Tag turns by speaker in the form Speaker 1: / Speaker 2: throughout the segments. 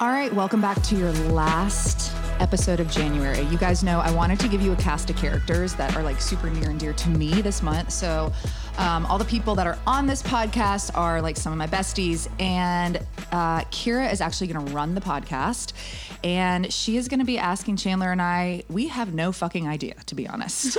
Speaker 1: All right, welcome back to your last episode of January. You guys know I wanted to give you a cast of characters that are like super near and dear to me this month. So, um, all the people that are on this podcast are like some of my besties, and uh, Kira is actually going to run the podcast, and she is going to be asking Chandler and I. We have no fucking idea, to be honest.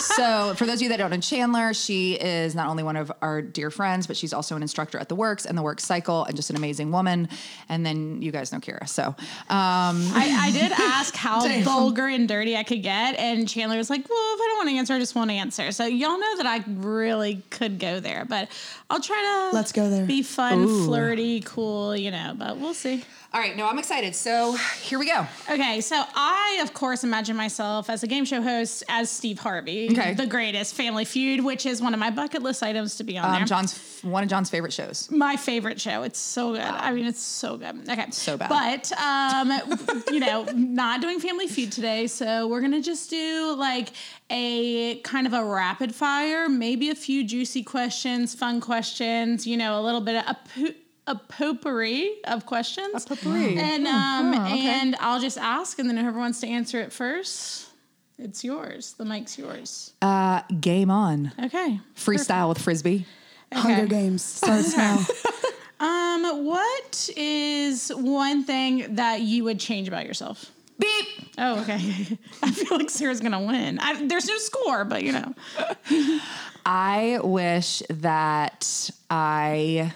Speaker 1: so, for those of you that don't know Chandler, she is not only one of our dear friends, but she's also an instructor at the Works and the Works Cycle, and just an amazing woman. And then you guys know Kira, so. Um,
Speaker 2: I, I did ask how vulgar and dirty I could get, and Chandler was like, "Well, if I don't want to answer, I just won't answer." So y'all know that I really could go there, but I'll try to
Speaker 3: Let's go there.
Speaker 2: Be fun, flirty, cool, you know. But we'll see.
Speaker 1: All right, no, I'm excited. So here we go.
Speaker 2: Okay, so I, of course, imagine myself as a game show host as Steve Harvey,
Speaker 1: Okay.
Speaker 2: the greatest Family Feud, which is one of my bucket list items to be on there.
Speaker 1: Um, John's one of John's favorite shows.
Speaker 2: my favorite show. It's so good. I mean, it's so good. Okay,
Speaker 1: So bad.
Speaker 2: But um, you know, not doing Family Feud today, so we're gonna just do like a kind of a rapid fire, maybe a few juicy questions, fun questions. You know, a little bit of a, po- a potpourri of questions.
Speaker 1: potpourri.
Speaker 2: And um,
Speaker 1: oh, okay.
Speaker 2: and I'll just ask, and then whoever wants to answer it first, it's yours. The mic's yours.
Speaker 1: Uh, game on.
Speaker 2: Okay.
Speaker 1: Freestyle with frisbee.
Speaker 3: Hunger Games starts now.
Speaker 2: Um, what is one thing that you would change about yourself?
Speaker 1: Beep.
Speaker 2: Oh, okay. I feel like Sarah's gonna win. I, there's no score, but you know.
Speaker 1: I wish that I.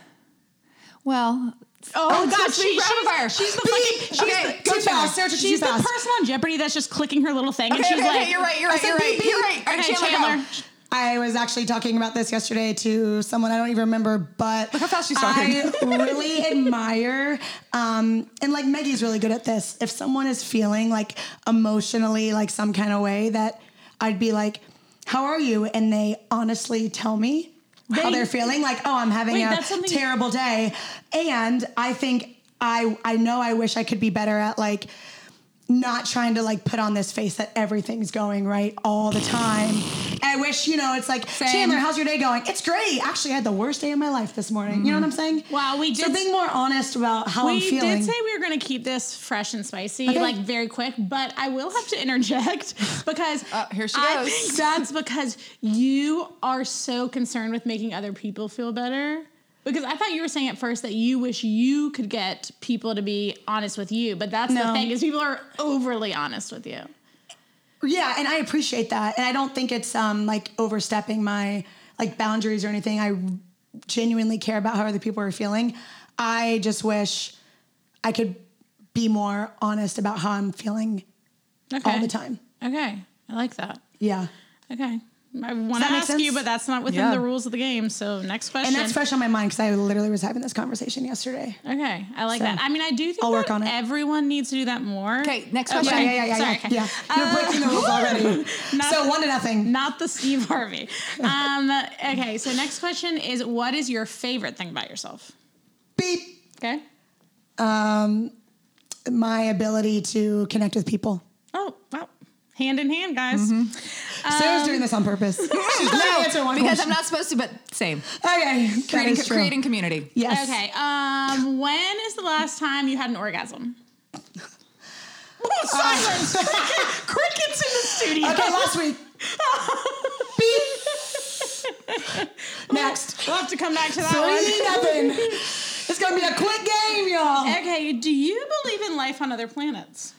Speaker 1: Well,
Speaker 2: Oh, God,
Speaker 1: it's me,
Speaker 2: she-
Speaker 1: rapid
Speaker 2: she's-
Speaker 1: fire.
Speaker 2: she's the
Speaker 1: Beep.
Speaker 2: fucking- she's
Speaker 1: okay,
Speaker 3: the-
Speaker 1: go
Speaker 3: too
Speaker 1: Chandler.
Speaker 3: fast, Sarah, too
Speaker 2: She's the
Speaker 3: fast.
Speaker 2: person on Jeopardy that's just clicking her little thing, and
Speaker 1: Okay,
Speaker 2: she's
Speaker 1: okay,
Speaker 2: like,
Speaker 1: okay, you're right, you're right,
Speaker 3: said
Speaker 1: you're right,
Speaker 3: beep,
Speaker 1: you're
Speaker 3: beep.
Speaker 1: right. All right,
Speaker 2: Okay,
Speaker 1: Chandler, go.
Speaker 2: Chandler.
Speaker 3: I was actually talking about this yesterday to someone I don't even remember, but
Speaker 1: Look how fast she's talking.
Speaker 3: I really admire, um, and like Maggie's really good at this. If someone is feeling like emotionally like some kind of way, that I'd be like, "How are you?" and they honestly tell me how
Speaker 2: They-
Speaker 3: they're feeling. Like, "Oh, I'm having
Speaker 2: Wait,
Speaker 3: a
Speaker 2: that's something-
Speaker 3: terrible day," and I think I I know I wish I could be better at like not trying to like put on this face that everything's going right all the time. I wish, you know, it's like, Chandler, how's your day going? It's great. Actually, I had the worst day of my life this morning. You know what I'm saying?
Speaker 2: Mm-hmm. Wow, we
Speaker 3: So
Speaker 2: did-
Speaker 3: being more honest about how I'm
Speaker 2: We
Speaker 3: feeling.
Speaker 2: did say we were going to keep this fresh and spicy,
Speaker 3: Okay.
Speaker 2: like very quick, but I will have to interject because
Speaker 1: Uh, here she
Speaker 2: I
Speaker 1: goes.
Speaker 2: think that's because you are so concerned with making other people feel better. Because I thought you were saying at first that you wish you could get people to be honest with you, but that's the
Speaker 3: No.
Speaker 2: thing is people are overly honest with you.
Speaker 3: yeah, and I appreciate that. And I don't think it's um like overstepping my like boundaries or anything. I genuinely care about how other people are feeling. I just wish I could be more honest about how I'm feeling
Speaker 2: Okay.
Speaker 3: all the time.
Speaker 2: Okay, I like that.
Speaker 3: Yeah.
Speaker 2: Okay, I want to
Speaker 3: make
Speaker 2: ask you,
Speaker 3: sense?
Speaker 2: but that's not within
Speaker 1: Yeah.
Speaker 2: the rules of the game. So next question.
Speaker 3: And that's fresh on my mind because I literally was having this conversation yesterday.
Speaker 2: Okay, I like
Speaker 3: So,
Speaker 2: that. I mean, I do think
Speaker 3: I'll work
Speaker 2: that
Speaker 3: on it.
Speaker 2: everyone needs to do that more.
Speaker 1: Okay, next question.
Speaker 3: Yeah, yeah, yeah,
Speaker 2: Sorry,
Speaker 3: yeah,
Speaker 2: okay.
Speaker 3: yeah. You're breaking the rules already. so one to nothing.
Speaker 2: Not the Steve Harvey. Um, okay, so next question is what is your favorite thing about yourself?
Speaker 3: Beep.
Speaker 2: Okay.
Speaker 3: Um, my ability to connect with people.
Speaker 2: Oh, wow. Hand in hand, guys.
Speaker 3: Mm-hmm. Sarah's doing this on purpose. She's not answer one
Speaker 1: Because I'm
Speaker 3: question.
Speaker 1: not supposed to, but same.
Speaker 3: okay, that
Speaker 1: Creating,
Speaker 3: is true.
Speaker 1: creating community.
Speaker 3: Yes.
Speaker 2: Okay. Um, when is the last time you had an orgasm? Oh, silence. Crickets in the studio.
Speaker 3: Uh, Okay, last week. Next.
Speaker 2: We'll have to come back to that one.
Speaker 3: Three nothing. It's gonna be a quick game, y'all.
Speaker 2: Okay, do you believe in life on other planets?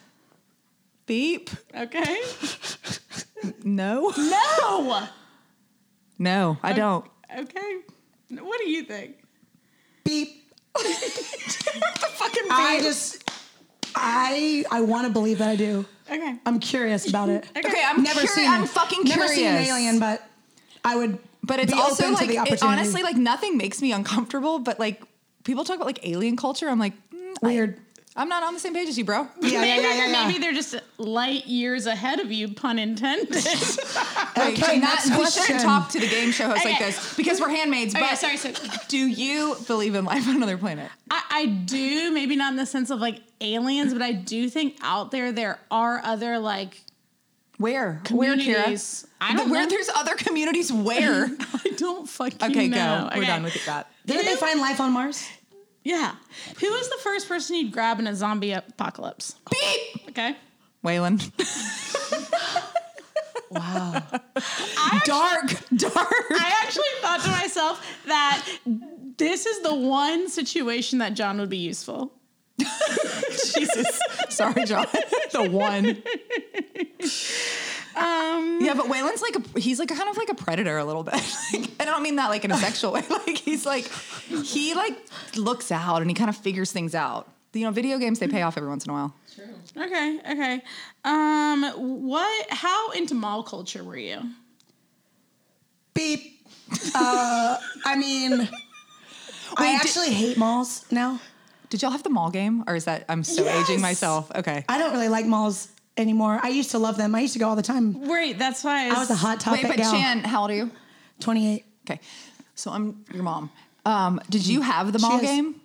Speaker 1: Beep.
Speaker 2: Okay.
Speaker 1: No.
Speaker 2: No.
Speaker 1: No, I don't.
Speaker 2: Okay. What do you think?
Speaker 3: Beep.
Speaker 2: Fucking
Speaker 3: I just, I, I want to believe that I do.
Speaker 2: Okay.
Speaker 3: I'm curious about it.
Speaker 1: Okay, I'm
Speaker 3: Never
Speaker 1: curi-
Speaker 3: seen.
Speaker 1: I'm fucking
Speaker 3: never
Speaker 1: curious.
Speaker 3: seen an alien, but I would.
Speaker 1: But it's
Speaker 3: be
Speaker 1: also
Speaker 3: open
Speaker 1: like
Speaker 3: to the
Speaker 1: it-
Speaker 3: opportunity.
Speaker 1: honestly, like nothing makes me uncomfortable. But like people talk about like alien culture, I'm like mm, I-
Speaker 3: Weird.
Speaker 1: I'm not on the same page as you, bro.
Speaker 3: yeah, yeah,
Speaker 2: maybe,
Speaker 3: yeah, yeah, yeah.
Speaker 2: maybe they're just light years ahead of you, pun intended.
Speaker 1: Like,
Speaker 3: okay,
Speaker 1: not,
Speaker 3: next
Speaker 1: we
Speaker 3: question.
Speaker 1: shouldn't talk to the game show host like
Speaker 2: Okay.
Speaker 1: this because we're handmaids.
Speaker 2: Okay,
Speaker 1: but
Speaker 2: sorry, so-
Speaker 1: do you believe in life on another planet?
Speaker 2: I, I do, maybe not in the sense of like aliens, but I do think out there there are other like
Speaker 1: Where? Where, Kira?
Speaker 2: communities. I don't
Speaker 1: where
Speaker 2: know.
Speaker 1: there's other communities. Where?
Speaker 2: I don't fucking
Speaker 1: okay,
Speaker 2: know.
Speaker 1: go. We're done with that.
Speaker 3: Didn't they find life on Mars?
Speaker 2: Yeah. Who is the first person you'd grab in a zombie apocalypse?
Speaker 1: Beep!
Speaker 2: Okay.
Speaker 1: Waylon.
Speaker 3: Wow.
Speaker 1: dark, dark.
Speaker 2: I actually thought to myself that this is the one situation that John would be useful.
Speaker 1: Jesus. Sorry, John. the one.
Speaker 2: Um,
Speaker 1: Yeah, but Waylon's like a he's like kind of like a predator a little bit. Like, and I don't mean that like in a sexual way. Like he's like he like looks out and he kind of figures things out. You know, video games they pay off every once in a while.
Speaker 2: okay, okay. Um, what? How into mall culture were you?
Speaker 3: Beep. Uh, I mean, I
Speaker 1: Wait, did-
Speaker 3: actually hate malls now.
Speaker 1: Did y'all have the mall game, or is that I'm so aging
Speaker 3: Yes.
Speaker 1: myself? Okay.
Speaker 3: I don't really like malls anymore. I used to love them. I used to go all the time.
Speaker 2: Wait, that's why
Speaker 3: I was a hot topic
Speaker 1: Wait, but
Speaker 3: gal.
Speaker 1: Chan, how old are you?
Speaker 3: 28.
Speaker 1: Okay, so I'm your mom. Um, did you have the mall
Speaker 3: is.
Speaker 1: game?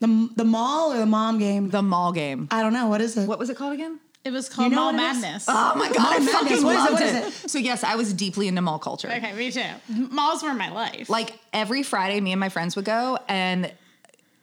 Speaker 3: The, the mall or the mom game?
Speaker 1: The mall game.
Speaker 3: I don't know. What is it?
Speaker 1: What was it called again?
Speaker 2: It was called
Speaker 3: You
Speaker 2: Mall
Speaker 3: know what it
Speaker 2: Madness.
Speaker 3: is? Uh,
Speaker 1: Oh my god, I
Speaker 3: Madness.
Speaker 1: fucking
Speaker 3: What is it?
Speaker 1: loved
Speaker 3: What is
Speaker 1: it. So yes, I was deeply into mall culture.
Speaker 2: Okay, me too. Malls were my life.
Speaker 1: like every Friday, me and my friends would go and.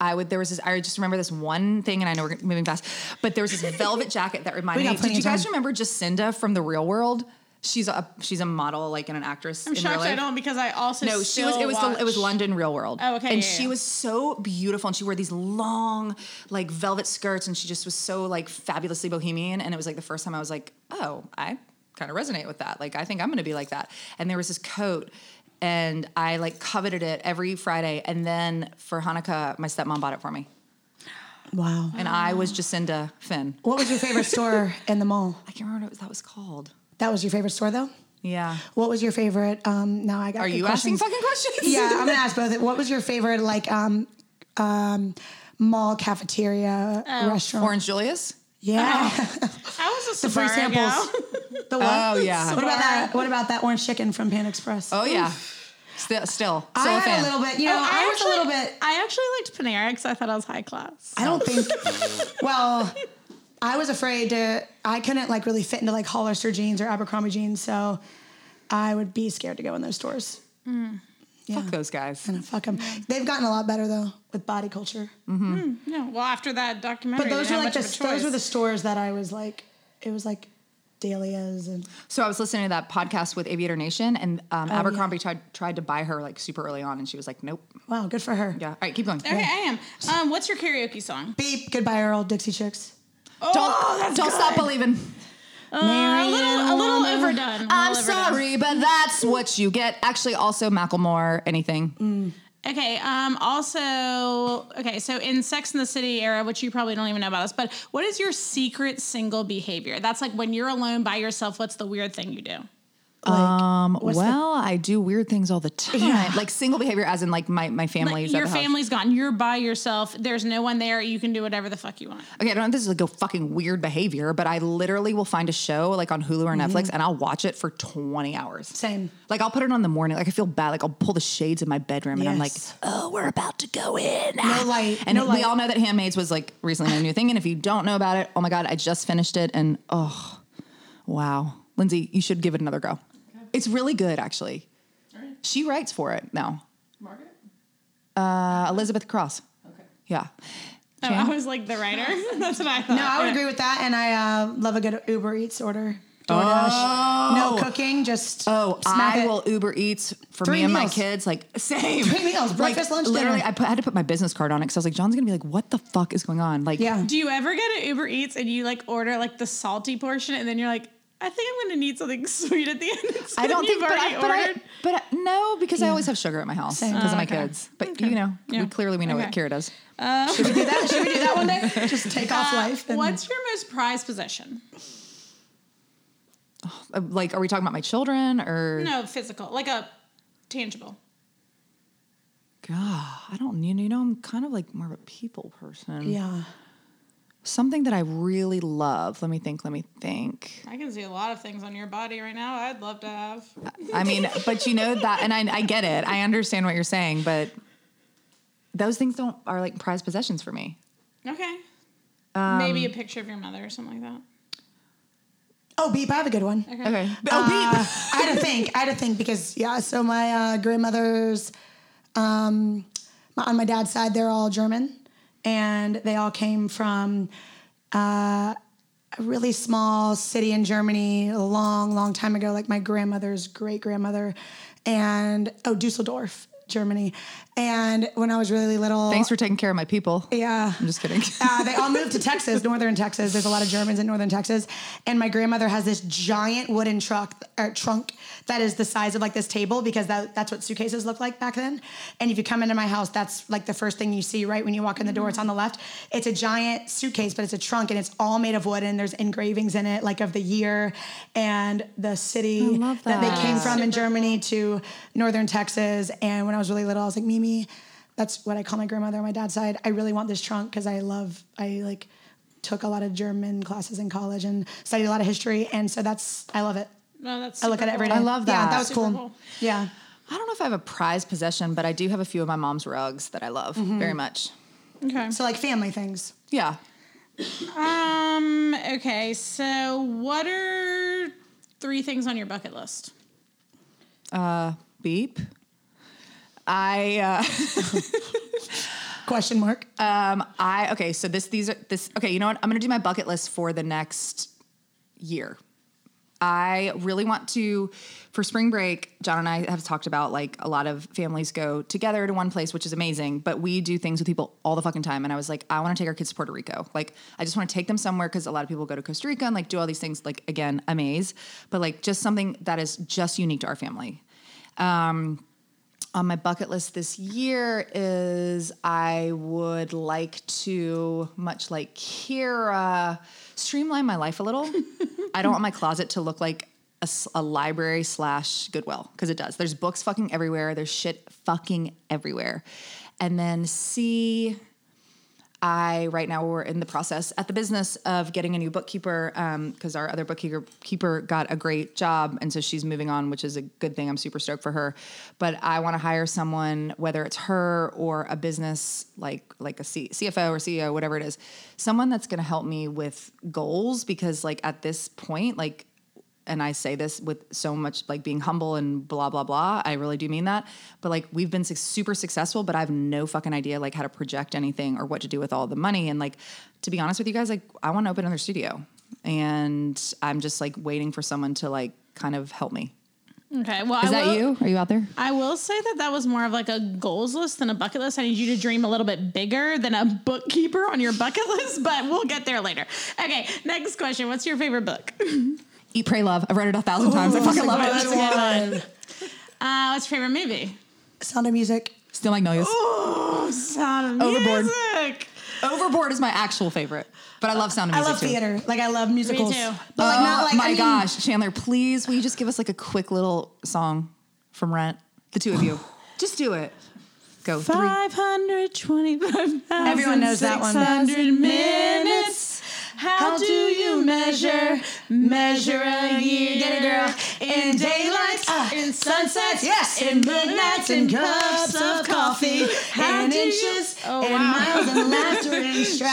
Speaker 1: I would. There was this. I just remember this one thing, and I know we're moving fast, but there was this velvet jacket that reminded
Speaker 3: We got
Speaker 1: me.
Speaker 3: plenty
Speaker 1: Did you
Speaker 3: of
Speaker 1: guys
Speaker 3: time.
Speaker 1: remember Jacinda from The Real World? She's a she's a model, like and an actress.
Speaker 2: I'm
Speaker 1: in real
Speaker 2: shocked I
Speaker 1: life.
Speaker 2: don't because I also
Speaker 1: No, she was.
Speaker 2: still
Speaker 1: It was. The, it was
Speaker 2: watch-
Speaker 1: London Real World.
Speaker 2: Oh, okay,
Speaker 1: And
Speaker 2: yeah,
Speaker 1: she
Speaker 2: yeah.
Speaker 1: was so beautiful, and she wore these long, like velvet skirts, and she just was so like fabulously bohemian. And it was like the first time I was like, oh, I kind of resonate with that. Like, I think I'm going to be like that. And there was this coat. And I like coveted it every Friday. And then for Hanukkah, my stepmom bought it for me.
Speaker 3: wow.
Speaker 1: And I was Jacinda Finn.
Speaker 3: What was your favorite store in the mall?
Speaker 1: I can't remember what that was called.
Speaker 3: That was your favorite store, though?
Speaker 1: Yeah.
Speaker 3: What was your favorite? Um, now I got
Speaker 1: Are
Speaker 3: good
Speaker 1: you
Speaker 3: questions.
Speaker 1: asking fucking questions?
Speaker 3: yeah, I'm gonna ask both. What was your favorite like um um mall cafeteria
Speaker 1: Oh,
Speaker 3: restaurant?
Speaker 1: Orange Julius?
Speaker 3: Yeah.
Speaker 2: I was a Sephora
Speaker 3: Free
Speaker 2: gal.
Speaker 3: samples. the what?
Speaker 1: Oh, yeah.
Speaker 3: What about that? What about that orange chicken from Pan Express?
Speaker 1: Oh, yeah. Still, still.
Speaker 3: I
Speaker 1: still a
Speaker 3: had
Speaker 1: fan.
Speaker 3: a little bit. You know,
Speaker 2: Oh,
Speaker 3: I, was
Speaker 2: actually-
Speaker 3: a little bit.
Speaker 2: I actually liked Panera because I thought I was high class.
Speaker 3: I don't think. well, I was afraid to. I couldn't like really fit into like Hollister jeans or Abercrombie jeans, so I would be scared to go in those stores.
Speaker 1: Fuck those guys.
Speaker 3: And fuck them. They've gotten a lot better though with body culture.
Speaker 2: No, well, after that documentary,
Speaker 3: But those
Speaker 2: they
Speaker 3: were
Speaker 2: didn't
Speaker 3: like
Speaker 2: have
Speaker 3: the,
Speaker 2: much of a
Speaker 3: those were the
Speaker 2: choice.
Speaker 3: stores that I was like. It was like dahlias and
Speaker 1: So I was listening to that podcast with Aviator Nation, and um,
Speaker 2: Oh,
Speaker 1: Abercrombie tried tried to buy her like super early on, and she was like, "Nope."
Speaker 3: wow, good for her.
Speaker 1: Yeah. All right, keep going.
Speaker 2: Okay, I am. Um, what's your karaoke song?
Speaker 3: Beep. Goodbye, Earl. Dixie Chicks.
Speaker 2: Oh, Uh,
Speaker 1: Don't, don't stop believing.
Speaker 2: a little, a little overdone. A little
Speaker 1: I'm
Speaker 2: overdone.
Speaker 1: sorry, but that's what you get. Actually, also Macklemore, anything.
Speaker 2: Mm. Okay. Um. Also, okay. So in Sex in the City era, which you probably don't even know about us, but what is your secret single behavior? That's like when you're alone by yourself. What's the weird thing you do?
Speaker 3: Like,
Speaker 1: Um,
Speaker 3: what's the-
Speaker 1: well, I do weird things all the time,
Speaker 3: Yeah.
Speaker 1: like single behavior, as in like my my family's at
Speaker 2: your
Speaker 1: the house.
Speaker 2: family's gone. You're by yourself. There's no one there. You can do whatever the fuck you want.
Speaker 1: Okay, I don't know if this is like a fucking weird behavior, but I literally will find a show like on Hulu or
Speaker 2: Mm-hmm.
Speaker 1: Netflix and I'll watch it for 20 hours.
Speaker 3: Same.
Speaker 1: Like I'll put it on in the morning. Like I feel bad. Like I'll pull the shades in my bedroom and I'm like,
Speaker 3: Yes.
Speaker 1: oh, we're about to go in. Ah.
Speaker 3: No light,
Speaker 1: And
Speaker 3: no
Speaker 1: we
Speaker 3: light.
Speaker 1: all know that Handmaids was like recently my new thing. And if you don't know about it, oh my God, I just finished it and oh, wow. Lindsay, you should give it another go. It's really good actually. She writes for it now.
Speaker 4: Margaret?
Speaker 1: Uh, Elizabeth Cross.
Speaker 4: Okay.
Speaker 1: Yeah.
Speaker 2: Oh, I was like the writer. That's what I thought.
Speaker 3: No, I would agree with that, and I uh, love a good Uber Eats order. DoorDash.
Speaker 1: Oh.
Speaker 3: No cooking, just
Speaker 1: Oh,
Speaker 3: smack
Speaker 1: I
Speaker 3: it.
Speaker 1: will Uber Eats for
Speaker 3: Three
Speaker 1: me and my
Speaker 3: meals.
Speaker 1: kids. Like same
Speaker 3: Three meals,
Speaker 1: Like,
Speaker 3: breakfast, lunch,
Speaker 1: Literally,
Speaker 3: dinner.
Speaker 1: I, put, I had to put my business card on it because I was like, John's gonna be like, "What the fuck is going on?" Like,
Speaker 3: Yeah.
Speaker 2: Do you ever go to Uber Eats and you like order like the salty portion and then you're like, I think I'm gonna need something sweet at the end.
Speaker 1: I don't think,
Speaker 2: you've
Speaker 1: but
Speaker 2: already
Speaker 1: I, but I,
Speaker 2: ordered.
Speaker 1: but I, no, because I always have sugar at my house because
Speaker 3: Same.
Speaker 1: of my
Speaker 2: okay.
Speaker 1: kids. But you know,
Speaker 2: Yeah.
Speaker 1: we clearly we know what
Speaker 2: Okay.
Speaker 1: Kira does.
Speaker 3: Should we do that? Should we do that one day? Just take off life. And
Speaker 2: What's your most prized possession?
Speaker 1: Uh, Like, are we talking about my children or
Speaker 2: No, physical, like a tangible.
Speaker 1: God? I don't. You know, I'm kind of like more of a people person.
Speaker 3: Yeah.
Speaker 1: Something that I really love. Let me think. Let me think.
Speaker 2: I can see a lot of things on your body right now. I'd love to have.
Speaker 1: I mean, but you know that, and I, I get it. I understand what you're saying, but those things don't are like prized possessions for me.
Speaker 2: Okay.
Speaker 3: Um,
Speaker 2: Maybe a picture of your mother or something like that.
Speaker 3: Oh, beep! I have a good one.
Speaker 1: Okay. Oh,
Speaker 3: Uh, I had to think. I had to think because yeah. So my uh, grandmother's, um, my, on my dad's side, they're all German, and they all came from uh, a really small city in Germany a long, long time ago, like my grandmother's great grandmother, and oh, Dusseldorf, Germany. And when I was really little,
Speaker 1: Thanks for taking care of my people.
Speaker 3: yeah.
Speaker 1: I'm just kidding.
Speaker 3: Uh, they all moved to Texas, northern Texas. There's a lot of Germans in northern Texas, and my grandmother has this giant wooden truck or trunk that is the size of like this table because that, that's what suitcases looked like back then. And if you come into my house, that's like the first thing you see right when you walk in the door. It's on the left. It's a giant suitcase, but it's a trunk, and it's all made of wood. And there's engravings in it, like of the year and the city
Speaker 1: love
Speaker 3: they
Speaker 1: that.
Speaker 3: came from in Germany to northern Texas. And when I was really little, I was like, Mimi, that's what I call my grandmother on my dad's side. I really want this trunk because I love, I like took a lot of German classes in college and studied a lot of history. And so that's, I love it.
Speaker 2: No, that's
Speaker 3: I look at it every day.
Speaker 1: I love
Speaker 3: Yeah,
Speaker 1: that.
Speaker 3: that was
Speaker 2: Super
Speaker 3: cool.
Speaker 2: cool.
Speaker 3: Yeah.
Speaker 1: I don't know if I have a prized possession, but I do have a few of my mom's rugs that I love
Speaker 3: Mm-hmm.
Speaker 1: very much.
Speaker 2: Okay.
Speaker 3: So like family things.
Speaker 1: Yeah.
Speaker 2: Um. Okay. So, what are three things on your bucket list?
Speaker 1: Beep. I uh,
Speaker 3: Question mark.
Speaker 1: Um, I okay, so this these are this okay, you know what? I'm going to do my bucket list for the next year. I really want to for spring break, John and I have talked about like a lot of families go together to one place, which is amazing, but we do things with people all the fucking time and I was like, I want to take our kids to Puerto Rico. Like I just want to take them somewhere cuz a lot of people go to Costa Rica and like do all these things like again, amaze, but like just something that is just unique to our family on my bucket list this year is I would like to, much like Kira, streamline my life a little. I don't want my closet to look like a, s- a library slash Goodwill because it does. There's books fucking everywhere. There's shit fucking everywhere. And then C, I right now we're in the process at the business of getting a new bookkeeper because our other bookkeeper keeper got a great job and so she's moving on, which is a good thing. I'm super stoked for her, but I want to hire someone, whether it's her or a business like like a C- CFO or CEO, whatever it is, someone that's going to help me with goals because like at this point, like and I say this with so much like being humble and blah blah blah. I really do mean that. But like we've been su- super successful, but I have no fucking idea like how to project anything or what to do with all the money. And like to be honest with you guys, like I want to open another studio, and I'm just like waiting for someone to like kind of help me.
Speaker 2: Okay. Well,
Speaker 1: Is
Speaker 2: I
Speaker 1: that
Speaker 2: will,
Speaker 1: you? Are you out there?
Speaker 2: I will say that that was more of like a goals list than a bucket list. I need you to dream a little bit bigger than a bookkeeper on your bucket list, but we'll get there later. Okay. Next question. What's your favorite book?
Speaker 1: Eat, pray, love. I've read it a thousand times. I fucking love it.
Speaker 2: That's a good one. Uh, what's your favorite movie?
Speaker 3: Sound of music.
Speaker 1: Still magnolias.
Speaker 2: Oh, Sound of
Speaker 1: Overboard.
Speaker 2: Music.
Speaker 1: Overboard is my actual favorite, but I love sound of
Speaker 3: I
Speaker 1: music
Speaker 3: love
Speaker 1: too.
Speaker 3: theater. Like I love musicals.
Speaker 2: too.
Speaker 3: But like
Speaker 1: oh
Speaker 3: not like
Speaker 1: my
Speaker 3: I mean,
Speaker 1: gosh, Chandler, please will you just give us like a quick little song from Rent? The two of you, just do it. Go three.
Speaker 2: Five hundred twenty-five.
Speaker 3: Everyone knows that one.
Speaker 2: 600 minutes. How do you measure? Measure a year.
Speaker 3: Get it, girl.
Speaker 2: In daylights,
Speaker 3: Ah.
Speaker 2: in sunsets,
Speaker 3: Yes, in midnights and cups of coffee,
Speaker 2: How
Speaker 3: and
Speaker 2: do you-
Speaker 3: inches
Speaker 2: Oh,
Speaker 3: and
Speaker 2: wow.
Speaker 3: miles and laughter and strife.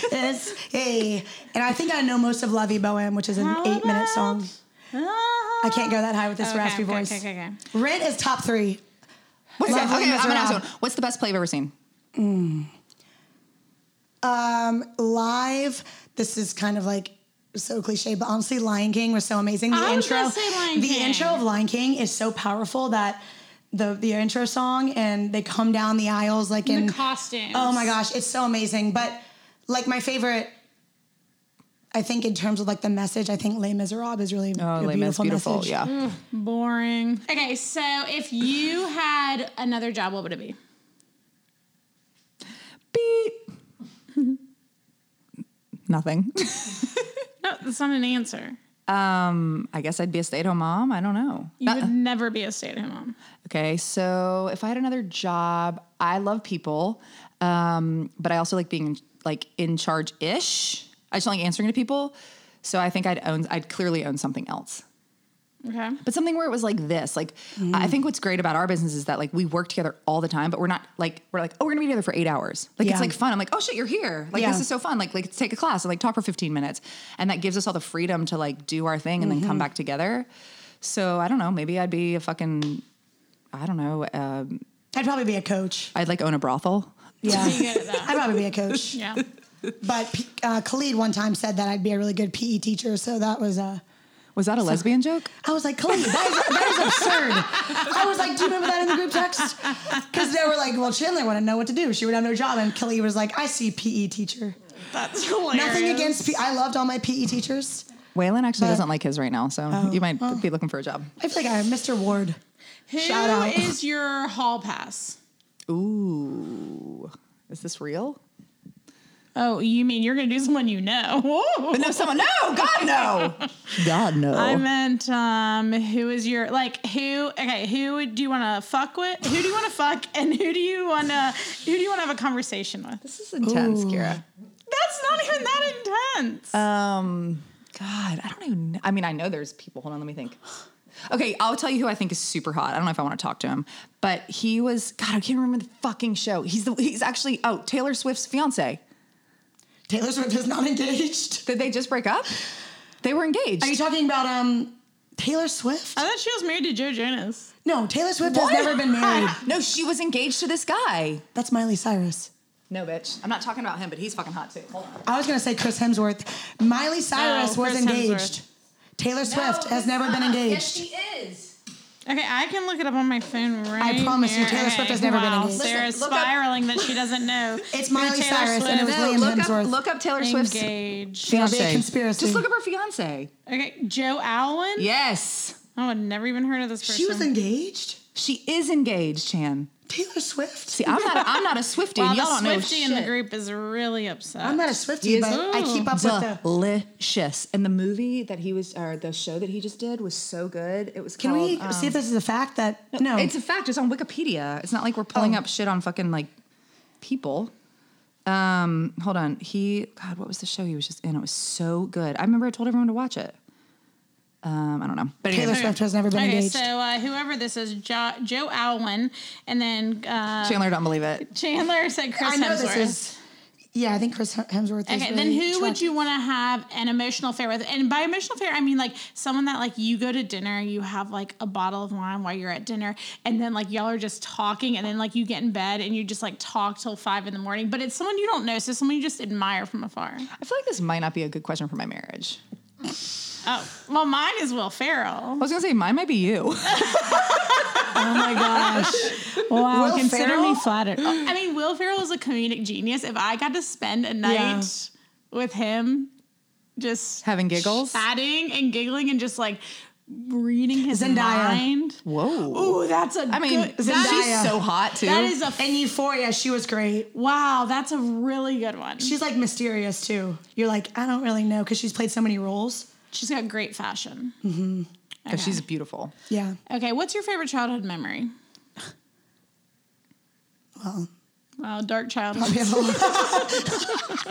Speaker 2: fan.
Speaker 3: It's, hey, and I think I know most of "Lovey Bohem," which is an
Speaker 2: How
Speaker 3: eight-minute song. I
Speaker 2: I
Speaker 3: can't go that high with this raspy voice.
Speaker 2: Okay, okay, okay.
Speaker 3: Rent is top three.
Speaker 1: What's
Speaker 3: Lovely
Speaker 1: that? Okay, I'm gonna ask you
Speaker 3: Miserable.
Speaker 1: one. What's the best play you've ever seen?
Speaker 3: Um, live. This is kind of like so cliche, but honestly, Lion King was so amazing. The
Speaker 2: I was
Speaker 3: intro,
Speaker 2: gonna say Lion
Speaker 3: the
Speaker 2: King.
Speaker 3: intro of Lion King is so powerful that the the intro song and they come down the aisles like in
Speaker 2: The costumes.
Speaker 3: Oh my gosh, it's so amazing. But like my favorite, I think in terms of like the message, I think Les Miserables is really
Speaker 1: Oh,
Speaker 3: a
Speaker 1: Les Mis,
Speaker 3: beautiful,
Speaker 1: beautiful.
Speaker 3: message.
Speaker 1: Yeah.
Speaker 2: Boring. Okay, so if you had another job, what would it be?
Speaker 1: Beep. Nothing.
Speaker 2: No, that's not an answer.
Speaker 1: Um, I guess I'd be a stay-at-home mom. I don't know.
Speaker 2: You would
Speaker 3: Uh-uh.
Speaker 2: never be a stay-at-home mom.
Speaker 1: Okay, so if I had another job, I love people, um, but I also like being like in charge ish. I just don't like answering to people, so I think I'd own. I'd clearly own something else,
Speaker 2: Okay.
Speaker 1: but something where it was like this. Like
Speaker 3: Mm.
Speaker 1: I think what's great about our business is that like we work together all the time, but we're not like we're like oh we're gonna be together for eight hours. Like
Speaker 3: Yeah.
Speaker 1: it's like fun. I'm like oh shit you're here. Like
Speaker 3: Yeah.
Speaker 1: this is so fun. Like like let's take a class and like talk for 15 minutes, and that gives us all the freedom to like do our thing and
Speaker 3: Mm-hmm.
Speaker 1: then come back together. So I don't know. Maybe I'd be a fucking I don't know. Um,
Speaker 3: I'd probably be a coach.
Speaker 1: I'd like own a brothel.
Speaker 3: Yeah.
Speaker 2: Be good at that.
Speaker 3: I'd probably be a coach.
Speaker 2: Yeah.
Speaker 3: But P- uh, Khalid one time said that I'd be a really good PE teacher. So that was Uh,
Speaker 1: Was that a lesbian joke?
Speaker 3: I was like, Khalid, that is, that is absurd. I was like, do you remember that in the group text? Because they were like, well, Chandler wouldn't know what to do. She would have no job. And Khalid was like, I see PE teacher.
Speaker 2: That's hilarious.
Speaker 3: Nothing against PE. I loved all my PE teachers.
Speaker 1: Waylon actually
Speaker 3: But-
Speaker 1: doesn't like his right now, so you might be looking for a job.
Speaker 3: I feel like I Mr. Ward.
Speaker 2: Who is
Speaker 3: Shout out.
Speaker 2: your hall pass?
Speaker 1: Ooh, is this real?
Speaker 2: Oh, you mean you're going to do someone you know? Whoa.
Speaker 1: No, someone. No, God, no, God, no.
Speaker 3: Oh.
Speaker 2: I meant, um, who is your like who? Okay, who do you want to fuck with? Who do you want to fuck, and who do you want to who do you want to have a conversation with?
Speaker 1: this is intense,
Speaker 3: Ooh.
Speaker 1: Kira.
Speaker 2: That's not even that intense.
Speaker 3: Uh.
Speaker 1: Um, God, I don't even. kn- I mean, I know there's people. Hold on, let me think. Okay, I'll tell you who I think is super hot. I don't know if I want to talk to him, but he was. God, I can't remember the fucking show. He's the. He's actually. Oh, Taylor Swift's fiance.
Speaker 3: Taylor Swift is not engaged.
Speaker 1: Did they just break up? They were engaged.
Speaker 3: Are you talking about um Taylor Swift?
Speaker 2: I thought she was married to Joe Jonas.
Speaker 3: No, Taylor Swift
Speaker 1: What?
Speaker 3: has never been married.
Speaker 1: no, she was engaged to this guy.
Speaker 3: That's Miley Cyrus.
Speaker 1: No, bitch. I'm not talking about him, but he's fucking hot too. Hold on.
Speaker 3: I was gonna say Chris Hemsworth. Miley Cyrus was
Speaker 2: Chris
Speaker 3: engaged.
Speaker 2: Hemsworth.
Speaker 3: Taylor Swift has never been engaged.
Speaker 1: is.
Speaker 2: Okay, I can look it up on my phone right.
Speaker 3: promise you,
Speaker 2: here.
Speaker 3: Taylor Swift
Speaker 2: Okay,
Speaker 3: has never been
Speaker 2: wow,
Speaker 3: engaged.
Speaker 2: Sarah's
Speaker 1: Listen, look up-
Speaker 2: spiraling that she doesn't know.
Speaker 3: It's
Speaker 2: who
Speaker 3: Miley
Speaker 2: Taylor
Speaker 3: Cyrus and it was
Speaker 2: Swift
Speaker 1: No,
Speaker 3: Liam
Speaker 1: look up,
Speaker 3: Hemsworth.
Speaker 1: look up Taylor Swift's
Speaker 2: engaged.
Speaker 3: Be a
Speaker 1: fiance.
Speaker 3: conspiracy.
Speaker 1: Just look up her fiance.
Speaker 2: Okay, Joe Allen.
Speaker 1: Yes,
Speaker 2: Oh, I'd never even heard of this person.
Speaker 3: She was engaged.
Speaker 1: she is engaged, Chan.
Speaker 3: Taylor Swift.
Speaker 1: See, I'm not. I'm not a Swiftie.
Speaker 2: Wow,
Speaker 1: and
Speaker 2: the
Speaker 1: Y'all don't know
Speaker 2: Swifty in the
Speaker 1: shit.
Speaker 2: group is really upset.
Speaker 3: I'm not a
Speaker 1: He
Speaker 3: Swiftie,
Speaker 1: is-
Speaker 3: but I keep up with the.
Speaker 1: Delicious. And the movie that he was, or the show that he just did, was so good. It was.
Speaker 3: Can
Speaker 1: called,
Speaker 3: we
Speaker 1: um,
Speaker 3: see if this is a fact that no?
Speaker 1: It's a fact. It's on Wikipedia. It's not like we're pulling
Speaker 3: Oh.
Speaker 1: up shit on fucking like people. Um, hold on. He God, what was the show he was just in? It was so good. I remember I told everyone to watch it. Um, I don't know. But
Speaker 3: Taylor
Speaker 1: anyway,
Speaker 3: Swift has never been
Speaker 2: okay,
Speaker 3: engaged.
Speaker 2: so uh, whoever this is, jo- Joe Alwyn, and then uh,
Speaker 1: Chandler don't believe it.
Speaker 2: Chandler said Chris
Speaker 3: I know
Speaker 2: Hemsworth.
Speaker 3: this is. Yeah, I think Chris Hemsworth. Is
Speaker 2: Okay, then
Speaker 3: really
Speaker 2: who would
Speaker 3: attractive.
Speaker 2: you want to have an emotional affair with? And by emotional affair, I mean like someone that like you go to dinner, you have like a bottle of wine while you're at dinner, and then like y'all are just talking, and then like you get in bed and you just like talk till five in the morning. But it's someone you don't know, so someone you just admire from afar.
Speaker 1: I feel like this might not be a good question for my marriage.
Speaker 2: Oh, well, mine is Will Ferrell.
Speaker 1: I was gonna say mine might be you.
Speaker 3: Oh my gosh!
Speaker 2: Wow,
Speaker 3: Will consider Ferrell? me
Speaker 2: flattered. I mean, Will Ferrell is a comedic genius. If I got to spend a night
Speaker 3: Yeah.
Speaker 2: with him, just
Speaker 1: Having giggles.
Speaker 2: chatting and giggling and just like reading his
Speaker 3: Zendaya.
Speaker 2: mind.
Speaker 1: Whoa.
Speaker 2: Ooh, that's a.
Speaker 1: I mean,
Speaker 2: good, that
Speaker 1: she's
Speaker 2: is-
Speaker 3: Zendaya.
Speaker 1: so hot too.
Speaker 2: that is a
Speaker 3: And Euphoria, she was great.
Speaker 2: wow. That's a really good one.
Speaker 3: She's like mysterious too. You're like, I don't really know because she's played so many roles.
Speaker 2: she's got great fashion.
Speaker 1: 'Cause she's beautiful.
Speaker 3: Yeah.
Speaker 2: Okay, what's your favorite childhood memory?
Speaker 3: Well,
Speaker 2: Wow, dark childhood.
Speaker 3: we have a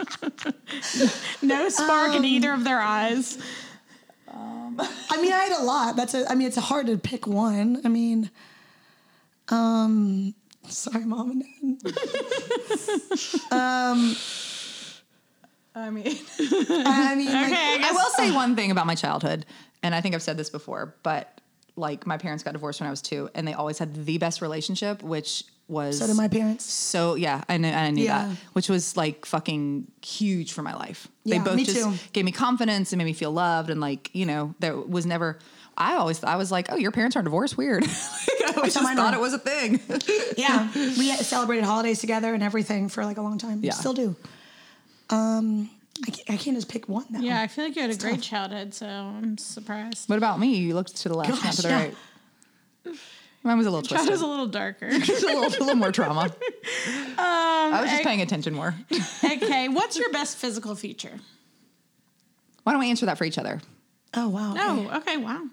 Speaker 3: lot.
Speaker 2: No spark in either of their eyes.
Speaker 3: I mean, I had a lot. That's a. I mean, it's hard to pick one. I mean, um, sorry, mom and dad.
Speaker 1: I mean
Speaker 3: I mean, like,
Speaker 2: Okay, I
Speaker 1: I
Speaker 2: guess
Speaker 1: will say one thing about my childhood, and I think I've said this before, but like my parents got divorced when I was two, and they always had the best relationship, which was
Speaker 3: so do my parents.
Speaker 1: so yeah, I knew I knew
Speaker 3: Yeah.
Speaker 1: that, which was like fucking huge for my life.
Speaker 3: Yeah,
Speaker 1: they both
Speaker 3: me
Speaker 1: just
Speaker 3: too.
Speaker 1: gave me confidence and made me feel loved, and like you know there was never. I always I was like, oh, your parents are divorced, weird. Like, I always
Speaker 3: tell
Speaker 1: just
Speaker 3: mine
Speaker 1: thought
Speaker 3: were.
Speaker 1: it was a thing.
Speaker 3: Yeah, we celebrated holidays together and everything for like a long time.
Speaker 1: Yeah.
Speaker 3: Still do. Um, I can't, I can't just pick one though.
Speaker 2: Yeah, I feel like you had a great childhood, so I'm surprised.
Speaker 1: what about me? You looked to the left, not
Speaker 3: Gosh,
Speaker 1: to the
Speaker 3: yeah.
Speaker 1: right. Mine was a little
Speaker 2: That
Speaker 1: twisted.
Speaker 2: was a little darker.
Speaker 1: Just a little, a little more trauma. I was just
Speaker 2: I-
Speaker 1: paying attention more.
Speaker 2: Um, okay, what's your best physical feature?
Speaker 1: Why don't we answer that for each other?
Speaker 3: Oh wow.
Speaker 2: Oh, okay, wow.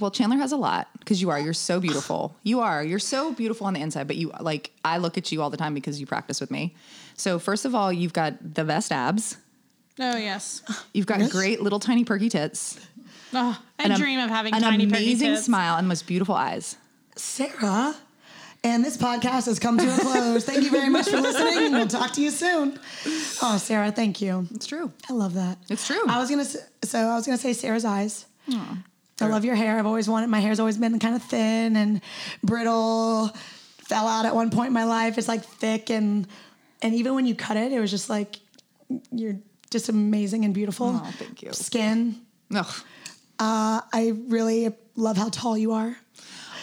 Speaker 1: Well, Chandler has a lot because you are. You're so beautiful. You are. You're so beautiful on the inside, but you like, I look at you all the time because you practice with me. So, first of all, you've got the best abs.
Speaker 2: Oh yes,
Speaker 1: You've got great little tiny perky tits.
Speaker 2: oh, I
Speaker 1: and a-
Speaker 2: dream of having
Speaker 1: an
Speaker 2: tiny perky
Speaker 1: amazing
Speaker 2: tits.
Speaker 1: smile and the most beautiful eyes.
Speaker 3: Sarah. And this podcast has come to a close. thank you very much for listening, and we'll talk to you soon. Oh, Sarah, thank you.
Speaker 1: It's true.
Speaker 3: I love that.
Speaker 1: It's true.
Speaker 3: I was gonna s- so I was gonna say Sarah's eyes. I love your hair. I've always wanted my hair's always been kind of thin and brittle. Fell out at one point in my life. It's like thick and and even when you cut it, it was just like you're just amazing and beautiful.
Speaker 1: Oh, thank you.
Speaker 3: Skin.
Speaker 1: Ugh.
Speaker 3: Uh, I really love how tall you are.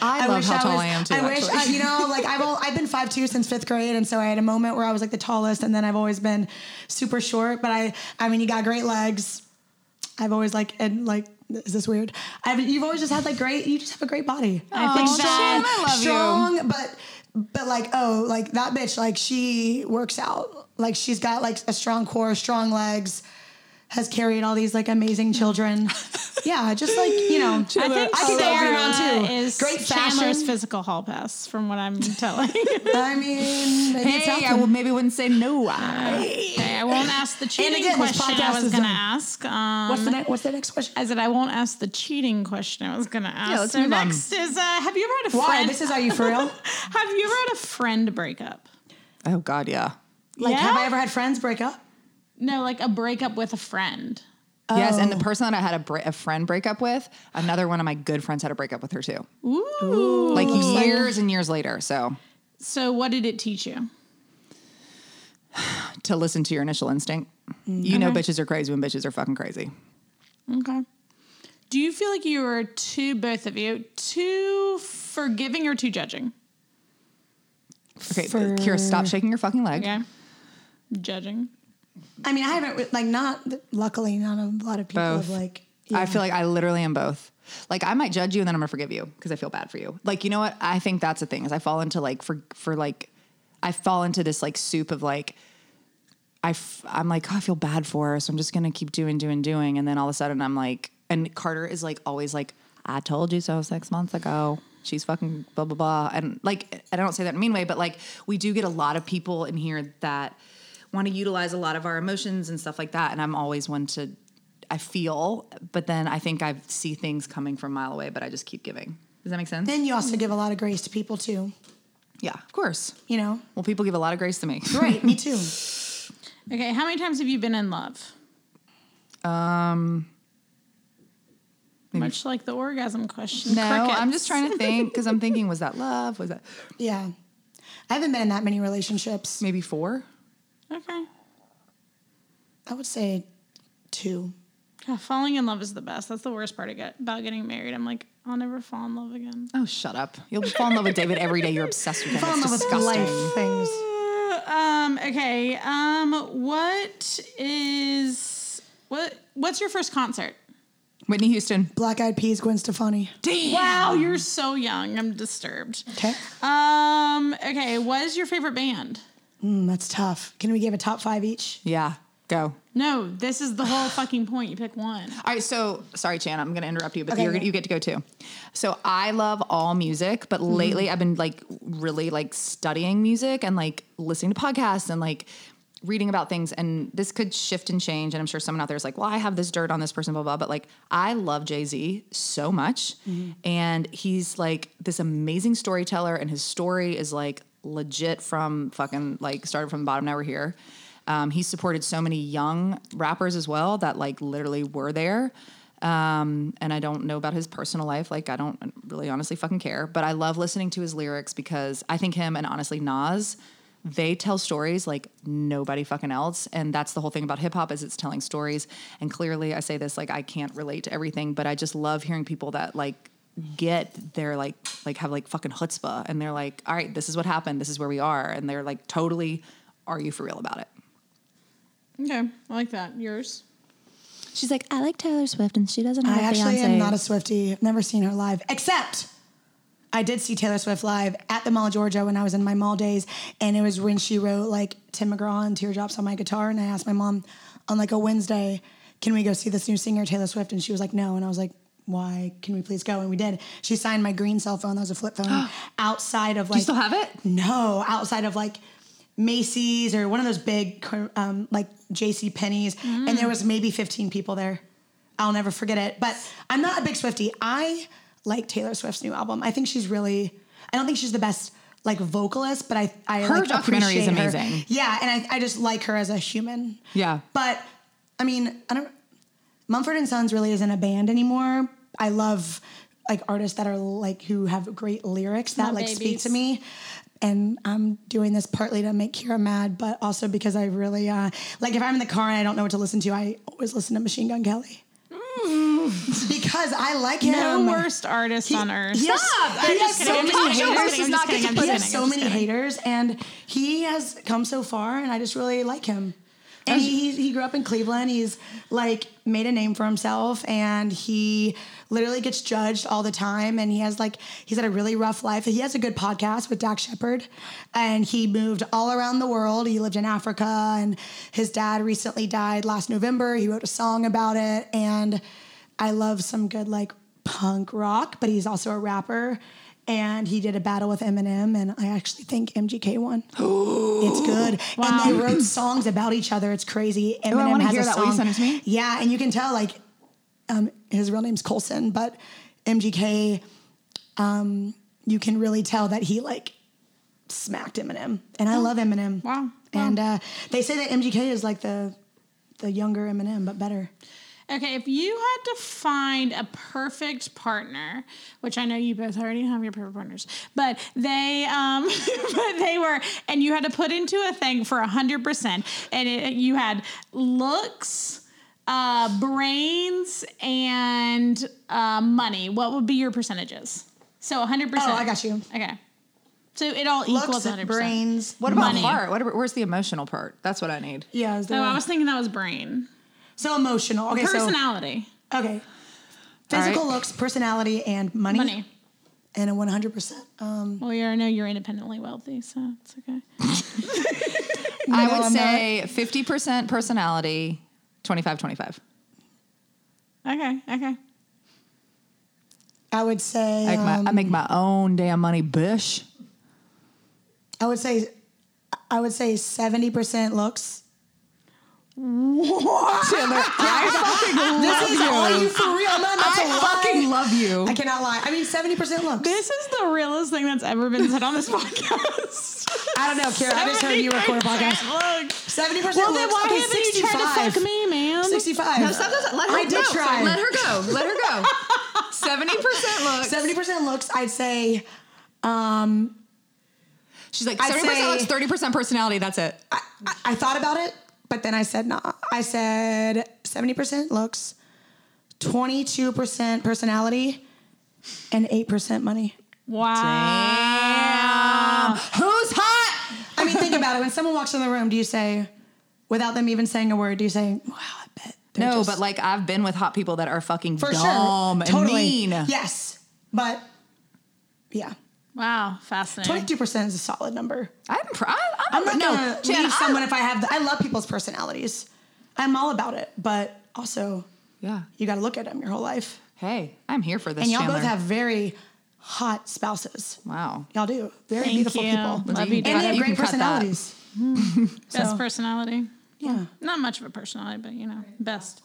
Speaker 1: I, love how tall
Speaker 3: was,
Speaker 1: I am too.
Speaker 3: I wish,
Speaker 1: actually.
Speaker 3: I, you know, like I've all, I've been five two since fifth grade, and so I had a moment where I was like the tallest, and then I've always been super short. But I, I mean, you got great legs. I've always like and like, is this weird? I've you've always just had like great. You just have a great body.
Speaker 2: I think that
Speaker 1: I love
Speaker 3: strong, but but like oh, like that bitch, like she works out. Like she's got like a strong core, strong legs. Has carried all these like amazing children. yeah, just like you know.
Speaker 2: I think
Speaker 3: I love
Speaker 2: Sarah
Speaker 3: you too.
Speaker 2: is
Speaker 3: Great
Speaker 2: Chandler's
Speaker 3: fashion.
Speaker 2: physical hall pass, from what I'm telling.
Speaker 3: I mean, maybe
Speaker 1: you.
Speaker 3: it's
Speaker 1: Hey,
Speaker 3: out
Speaker 1: I
Speaker 3: there.
Speaker 1: will- maybe wouldn't say no. I.
Speaker 2: okay, I won't ask the cheating
Speaker 3: again, this
Speaker 2: question
Speaker 3: podcast
Speaker 2: I was
Speaker 3: is
Speaker 2: going to
Speaker 3: on-
Speaker 2: ask. Um,
Speaker 3: What's the, ne- what's the next question?
Speaker 2: I said I won't ask the cheating question I was going to ask.
Speaker 1: let's
Speaker 2: so
Speaker 1: move on.
Speaker 2: next is uh, have you ever had a
Speaker 3: Why?
Speaker 2: friend?
Speaker 3: This is are you for real?
Speaker 2: have you ever had a friend breakup?
Speaker 1: Oh God, yeah.
Speaker 3: Like,
Speaker 2: Yeah?
Speaker 3: have I ever had friends break up?
Speaker 2: No, like a breakup with a friend.
Speaker 1: Yes, and the person that I had a, bre- a friend break up with, another one of my good friends had a breakup with her too.
Speaker 2: Ooh.
Speaker 1: Like years and years later. So
Speaker 2: So what did it teach you?
Speaker 1: to listen to your initial instinct, you know bitches are crazy when bitches are fucking crazy.
Speaker 2: Okay. Do you feel like you were too both of you too forgiving or too judging?
Speaker 1: Okay, Kira, stop shaking your fucking leg.
Speaker 2: Okay. Judging.
Speaker 3: I mean, I haven't re- like not luckily not a lot of people
Speaker 1: Both.
Speaker 3: have like.
Speaker 1: I feel like I literally am both. Like I might judge you and then I'm gonna forgive you because I feel bad for you. Like you know what? I think that's the thing is I fall into like for for like I fall into this like soup of like I f- I'm like oh, I feel bad for her, so I'm just gonna keep doing doing doing, and then all of a sudden I'm like, and Carter is like always like I told you so six months ago. She's fucking blah blah blah, and like I don't say that in a mean way, but like we do get a lot of people in here that want to utilize a lot of our emotions and stuff like that, and I'm always one to I feel, but then I think I see things coming from a mile away, but I just keep giving. Does that make sense?
Speaker 3: Then you also give a lot of grace to people too.
Speaker 1: Yeah, of course.
Speaker 3: You know,
Speaker 1: Well, people give a lot of grace to me.
Speaker 3: right? Me too.
Speaker 2: Okay, how many times have you been in love? Um much like the orgasm question.
Speaker 1: No, I'm
Speaker 2: crickets.
Speaker 1: just trying to think because I'm thinking, was that love? Was that
Speaker 3: Yeah, I haven't been in that many relationships.
Speaker 1: maybe four?
Speaker 2: Okay.
Speaker 3: I would say two.
Speaker 2: Yeah, falling in love is the best. That's the worst part of get, about getting married. I'm like, I'll never fall in love again.
Speaker 1: Oh, shut up. You'll fall in love with David every day. You're obsessed with him.
Speaker 3: Fall in love
Speaker 1: It's
Speaker 3: with
Speaker 1: disgusting.
Speaker 3: life things.
Speaker 2: Uh, um, okay. Um, what is what? What's your first concert?
Speaker 1: Whitney Houston.
Speaker 3: Black Eyed Peas, Gwen Stefani.
Speaker 2: Wow, you're so young. I'm disturbed.
Speaker 3: Okay,
Speaker 2: Um, okay. What is your favorite band?
Speaker 3: Mm, that's tough. Can we give a top five each?
Speaker 1: Yeah, go.
Speaker 2: No, this is the whole fucking point. You pick one.
Speaker 1: All right, so sorry, Chan, I'm going to interrupt you, but
Speaker 3: Okay,
Speaker 1: you're,
Speaker 3: yeah.
Speaker 1: you get to go too. So I love all music, but
Speaker 3: Mm-hmm.
Speaker 1: lately I've been like really like studying music and like listening to podcasts and like reading about things. And this could shift and change. And I'm sure someone out there is like, well, I have this dirt on this person, blah, blah. But like, I love Jay Z so much.
Speaker 3: Mm-hmm.
Speaker 1: And he's like this amazing storyteller, and his story is like legit from fucking like started from the bottom. Now we're here. Um, he supported so many young rappers as well that like literally were there. Um, and I don't know about his personal life. Like I don't really honestly fucking care. But I love listening to his lyrics because I think him and honestly Nas, they tell stories like nobody fucking else. And that's the whole thing about hip hop is it's telling stories. And clearly I say this like I can't relate to everything, but I just love hearing people that like get their like like have like fucking chutzpah and they're like, all right, this is what happened, this is where we are, and they're like totally are you for real about it?
Speaker 2: Okay, I like that. Yours.
Speaker 4: She's like, I like Taylor Swift, and she doesn't have
Speaker 3: I
Speaker 4: a
Speaker 3: actually
Speaker 4: fiance.
Speaker 3: am not a Swifty. I've never seen her live, except I did see Taylor Swift live at the Mall of Georgia when I was in my mall days, and it was when she wrote like Tim McGraw and Teardrops on My Guitar, and I asked my mom on like a Wednesday, "Can we go see this new singer Taylor Swift?" And she was like, "No," and I was like. Why can we please go? And we did. She signed my green cell phone. That was a flip phone outside of like.
Speaker 1: You still have it?
Speaker 3: No, outside of like Macy's or one of those big um, like J.C. Penney's, and there was maybe 15 people there. I'll never forget it. But I'm not a big Swifty. I like Taylor Swift's new album. I think she's really. I don't think she's the best like vocalist, but I I
Speaker 1: Her
Speaker 3: like,
Speaker 1: documentary is
Speaker 3: appreciate her.
Speaker 1: amazing.
Speaker 3: Yeah, and I, I just like her as a human.
Speaker 1: Yeah.
Speaker 3: But I mean, I don't. Mumford and Sons really isn't a band anymore. I love like artists that are like who have great lyrics that
Speaker 2: My
Speaker 3: like speak
Speaker 2: babies.
Speaker 3: to me. and I'm doing this partly to make Kira mad, but also because I really uh, like if I'm in the car and I don't know what to listen to, I always listen to Machine Gun Kelly. because I like him.
Speaker 2: No worst artist on earth.
Speaker 3: Um, He has-
Speaker 1: Stop!
Speaker 3: He
Speaker 1: I'm
Speaker 3: has
Speaker 1: just
Speaker 3: so
Speaker 1: kidding.
Speaker 3: many
Speaker 1: I'm just kidding. I'm
Speaker 3: haters.
Speaker 1: just kidding. I'm just kidding. I'm
Speaker 3: He
Speaker 1: just
Speaker 3: has
Speaker 1: kidding.
Speaker 3: so many haters, and he has come so far, and I just really like him. And he, he he grew up in Cleveland. He's like made a name for himself, and he literally gets judged all the time. And he has like he's had a really rough life. He has a good podcast with Dak Shepard, and he moved all around the world. He lived in Africa, and his dad recently died last November. He wrote a song about it, and I love some good like punk rock, but he's also a rapper. And he did a battle with Eminem, and I actually think MGK won. it's good. And they wrote songs about each other. It's crazy. Eminem
Speaker 1: wanna
Speaker 3: has
Speaker 1: hear
Speaker 3: a
Speaker 1: that.
Speaker 3: song.
Speaker 1: Will you send it to me?
Speaker 3: Yeah, and you can tell like um, his real name's Colson, but MGK, um, you can really tell that he like smacked Eminem, and I love Eminem.
Speaker 2: Wow.
Speaker 3: And uh, they say that MGK is like the the younger Eminem, but better.
Speaker 2: Okay, if you had to find a perfect partner, which I know you both already have your perfect partners, but they, um, but they were, and you had to put into a thing for hundred percent, and it, you had looks, uh, brains, and uh, money. What would be your percentages? So hundred percent.
Speaker 3: Oh, I got you.
Speaker 2: Okay, so it all equals
Speaker 3: Looks,
Speaker 2: hundred percent.
Speaker 3: brains.
Speaker 1: What about
Speaker 2: Money.
Speaker 1: heart? What about, where's the emotional part? That's what I need.
Speaker 3: Yeah. is
Speaker 2: Oh,
Speaker 3: there
Speaker 2: I was thinking that was brain,
Speaker 3: so emotional. Okay.
Speaker 2: personality,
Speaker 3: So okay. Physical
Speaker 1: All
Speaker 3: looks, personality, and money,
Speaker 2: money.
Speaker 3: and a one hundred percent. Um,
Speaker 2: Well, you already know you're independently wealthy, so it's okay.
Speaker 1: I
Speaker 3: No,
Speaker 1: would
Speaker 3: I'm
Speaker 1: say 50% personality, 25 25.
Speaker 2: Okay, okay.
Speaker 3: I would say.
Speaker 1: I make, my,
Speaker 3: um,
Speaker 1: I make my own damn money, bish.
Speaker 3: I would say. I would say seventy percent looks.
Speaker 1: Chandler, I
Speaker 3: This is all you for real. I'm not about to lie.
Speaker 1: fucking love you.
Speaker 3: I cannot lie. I mean, seventy percent looks.
Speaker 2: This is the realest thing that's ever been said on this podcast.
Speaker 3: I don't know, Kira. I just heard you record a podcast.
Speaker 2: Look.
Speaker 3: Seventy percent
Speaker 2: Well, then
Speaker 3: looks.
Speaker 2: why
Speaker 3: okay,
Speaker 2: haven't you tried to fuck me, man?
Speaker 3: Sixty-five.
Speaker 1: No, stop, stop, stop. Let her
Speaker 3: I did
Speaker 1: go.
Speaker 3: try.
Speaker 1: Let her go. Let her go. 70% looks.
Speaker 3: Seventy percent looks. I'd say. Um,
Speaker 1: She's like,
Speaker 3: I'd
Speaker 1: 70%
Speaker 3: say-
Speaker 1: looks, 30% personality. That's it.
Speaker 3: I, I- I thought about it, but then I said no. I said 70% looks, 22% personality, and 8% money.
Speaker 2: Wow.
Speaker 1: Um, Who's hot?
Speaker 3: I mean, think about it. When someone walks in the room, do you say, without them even saying a word, do you say, wow, I bet. they're
Speaker 1: No,
Speaker 3: just-
Speaker 1: but like I've been with hot people that are fucking
Speaker 3: for
Speaker 1: dumb
Speaker 3: sure.
Speaker 1: and mean.
Speaker 3: Yes. But yeah.
Speaker 2: Wow. Fascinating.
Speaker 3: 22% is a solid number.
Speaker 1: I'm, pr- I, I'm,
Speaker 3: I'm not
Speaker 1: no,
Speaker 3: gonna
Speaker 1: Chan, I'm-
Speaker 3: leave someone if I have. The, I love people's personalities. I'm all about it, but also
Speaker 1: Yeah.
Speaker 3: you got to look at them your whole life.
Speaker 1: Hey, I'm here for this.
Speaker 3: And y'all
Speaker 1: Chandler.
Speaker 3: both have very hot spouses.
Speaker 1: Wow.
Speaker 3: Y'all do. Very
Speaker 2: Thank
Speaker 3: beautiful
Speaker 2: you.
Speaker 3: people.
Speaker 2: Love you,
Speaker 3: and they have
Speaker 1: You
Speaker 3: great
Speaker 1: can cut that.
Speaker 3: personalities.
Speaker 2: Best personality.
Speaker 3: Yeah.
Speaker 2: Not much of a personality, but you know, best.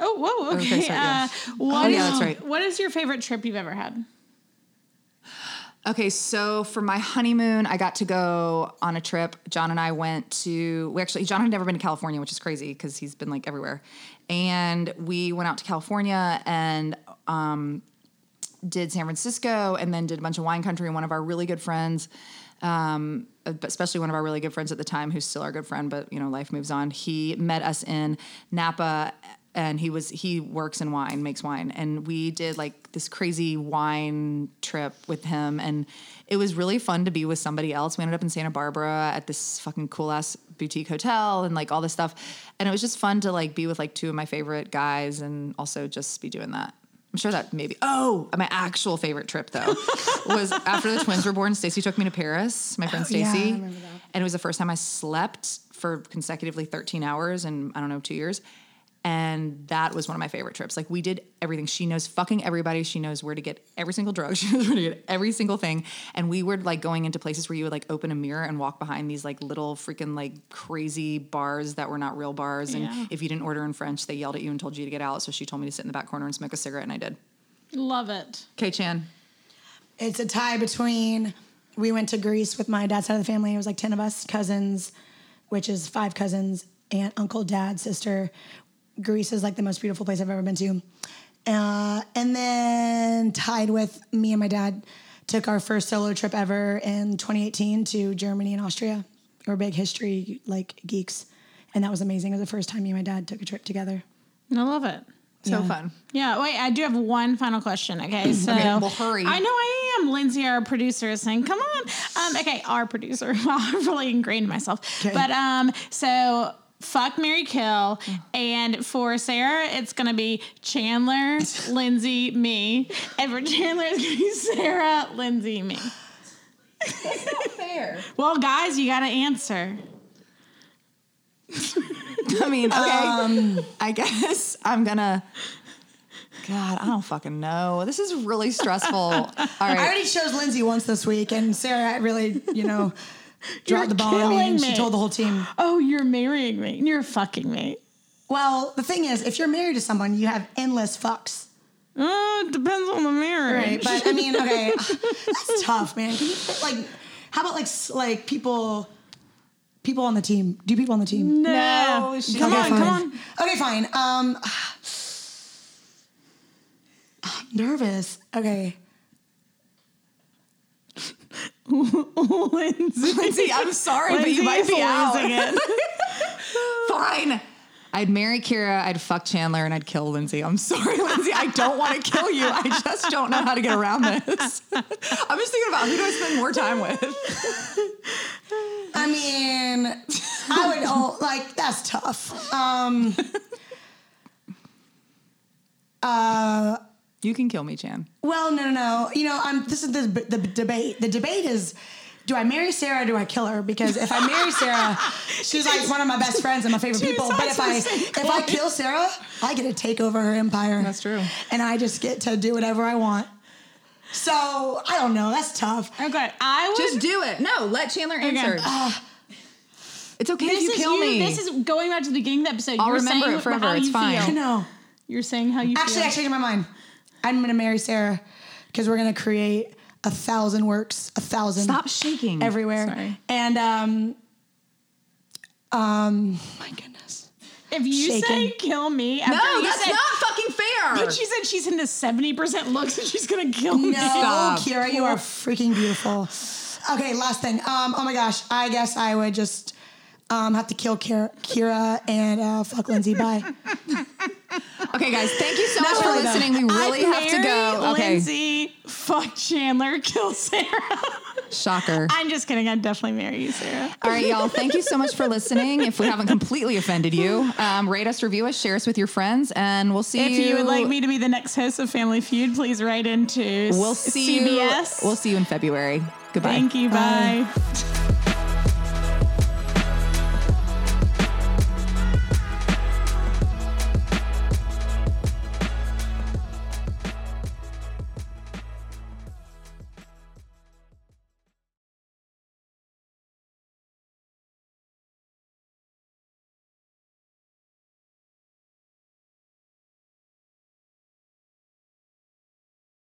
Speaker 2: Oh, whoa. Okay.
Speaker 1: Okay, sorry, yeah.
Speaker 2: uh, what
Speaker 1: Oh, yeah,
Speaker 2: is-
Speaker 1: that's right.
Speaker 2: What is your favorite trip you've ever had?
Speaker 1: Okay, so for my honeymoon, I got to go on a trip. John and I went to, we actually, John had never been to California, which is crazy because he's been like everywhere. And we went out to California and um, did San Francisco and then did a bunch of wine country. And one of our really good friends, um, especially one of our really good friends at the time, who's still our good friend, but you know, life moves on. He met us in Napa and he was he works in wine makes wine and we did like this crazy wine trip with him and it was really fun to be with somebody else we ended up in santa barbara at this fucking cool ass boutique hotel and like all this stuff and it was just fun to like be with like two of my favorite guys and also just be doing that I'm sure that maybe. Oh, my actual favorite trip though was after the twins were born. Stacy took me to Paris. My friend
Speaker 3: Oh, yeah, I
Speaker 1: Stacy,
Speaker 3: remember that.
Speaker 1: and it was the first time I slept for consecutively 13 hours in I don't know two years, and that was one of my favorite trips. Like we did everything. She knows fucking everybody. She knows where to get every single drug. She knows where to get every single thing. And we were like going into places where you would like open a mirror and walk behind these like little freaking like crazy bars that were not real bars. And
Speaker 2: Yeah.
Speaker 1: if you didn't order in French, they yelled at you and told you to get out. So she told me to sit in the back corner and smoke a cigarette, and I did.
Speaker 2: Love it.
Speaker 1: K Chan.
Speaker 3: It's a tie between we went to Greece with my dad's side of the family. It was like 10 of us cousins, which is five cousins, aunt, uncle, dad, sister. Greece is like the most beautiful place I've ever been to. Uh, and then tied with me and my dad took our first solo trip ever in 2018 to Germany and Austria. We're big history like geeks, and that was amazing. It was the first time me and my dad took a trip together.
Speaker 2: I love it.
Speaker 1: So fun.
Speaker 2: Yeah, wait, I do have one final question. Okay, so
Speaker 1: well, hurry.
Speaker 2: I know I am. Lindsay, our producer, is saying, come on. Um, okay, our producer. Wow, I've really ingrained myself. But um, so fuck Mary Kill. And for Sarah, it's gonna be Chandler, Lindsay, me. And for Chandler, it's gonna be Sarah, Lindsay, me.
Speaker 1: Fair.
Speaker 2: Well, guys, you gotta answer.
Speaker 1: I mean, okay. Um, I guess I'm gonna. God, I don't fucking know. This is really stressful. All
Speaker 3: I
Speaker 1: right.
Speaker 3: already chose Lindsay once this week, and Sarah I really, you know,
Speaker 2: You're
Speaker 3: dropped the ball on me.
Speaker 2: killing
Speaker 3: And she
Speaker 2: me.
Speaker 3: told the whole team.
Speaker 2: Oh, you're marrying me. You're fucking me.
Speaker 3: Well, the thing is, if you're married to someone, you have endless fucks.
Speaker 2: Oh, it depends on the marriage.
Speaker 3: Right, but I mean, okay, that's tough, man. Can you put, like, how about like s- like people, people on the team? Do people on the team?
Speaker 2: No.
Speaker 1: No, she-
Speaker 2: come
Speaker 3: Okay,
Speaker 2: on,
Speaker 3: fine.
Speaker 2: come on.
Speaker 3: Okay, fine. Um, I'm nervous. Okay,
Speaker 2: Lindsay.
Speaker 1: Lindsay, I'm sorry, but you might be out. Fine. I'd marry Kira, I'd fuck Chandler, and I'd kill Lindsay. I'm sorry, Lindsay. I don't want to kill you. I just don't know how to get around this. I'm just thinking about who do I spend more time with?
Speaker 3: I mean, I would all like that's tough. Um, uh,
Speaker 1: You can kill me, Chan.
Speaker 3: well, no, no, no. You know, I'm. This is the, the debate. The debate is. Do I marry Sarah or do I kill her? Because if I marry Sarah, she's like one of my best friends and my favorite people. But if I if I kill Sarah, I get to take over her empire.
Speaker 1: That's true.
Speaker 3: And I just get to do whatever I want. So I don't know. That's tough.
Speaker 2: Okay, I would.
Speaker 1: Just do it. No, let Chandler answer. it's okay
Speaker 2: Ah.
Speaker 1: if
Speaker 2: this
Speaker 1: you
Speaker 2: is
Speaker 1: kill
Speaker 2: you.
Speaker 1: me.
Speaker 2: This is going back to the beginning of the episode.
Speaker 1: I'll
Speaker 2: You're
Speaker 1: remember
Speaker 2: saying
Speaker 1: it forever.
Speaker 2: How
Speaker 1: It's
Speaker 2: you
Speaker 1: fine.
Speaker 2: Feel.
Speaker 3: I know.
Speaker 2: You're saying how you
Speaker 3: Actually,
Speaker 2: feel.
Speaker 3: I changed my mind. I'm gonna marry Sarah because we're gonna create a thousand works, a thousand.
Speaker 1: Stop shaking.
Speaker 3: everywhere.
Speaker 2: Sorry.
Speaker 3: And um, um, my goodness.
Speaker 2: if you say
Speaker 3: shaking.
Speaker 2: kill me, after
Speaker 1: no,
Speaker 2: you
Speaker 1: that's
Speaker 2: said,
Speaker 1: not fucking fair.
Speaker 2: But she said she's into seventy percent looks and she's gonna kill me.
Speaker 3: No,
Speaker 1: Stop.
Speaker 3: Kira, you are freaking beautiful. Okay, last thing. Um, oh my gosh, I guess I would just um have to kill Kira, Kira and uh, fuck Lindsay. Bye.
Speaker 1: okay, guys, thank you so much for
Speaker 3: really, though.
Speaker 1: listening. We really
Speaker 2: I'd
Speaker 1: have to
Speaker 2: marry
Speaker 1: go. Okay,
Speaker 2: Lindsay, fuck Chandler, kill Sarah.
Speaker 1: shocker.
Speaker 2: I'm just kidding. I'd definitely marry you, Sarah.
Speaker 1: All right, y'all. Thank you so much for listening. If we haven't completely offended you, um, rate us, review us, share us with your friends, and we'll see
Speaker 2: If you would like me to be the next host of Family Feud, please write into
Speaker 1: we'll see you.
Speaker 2: CBS.
Speaker 1: We'll see you in February. Goodbye.
Speaker 2: Thank you. Bye.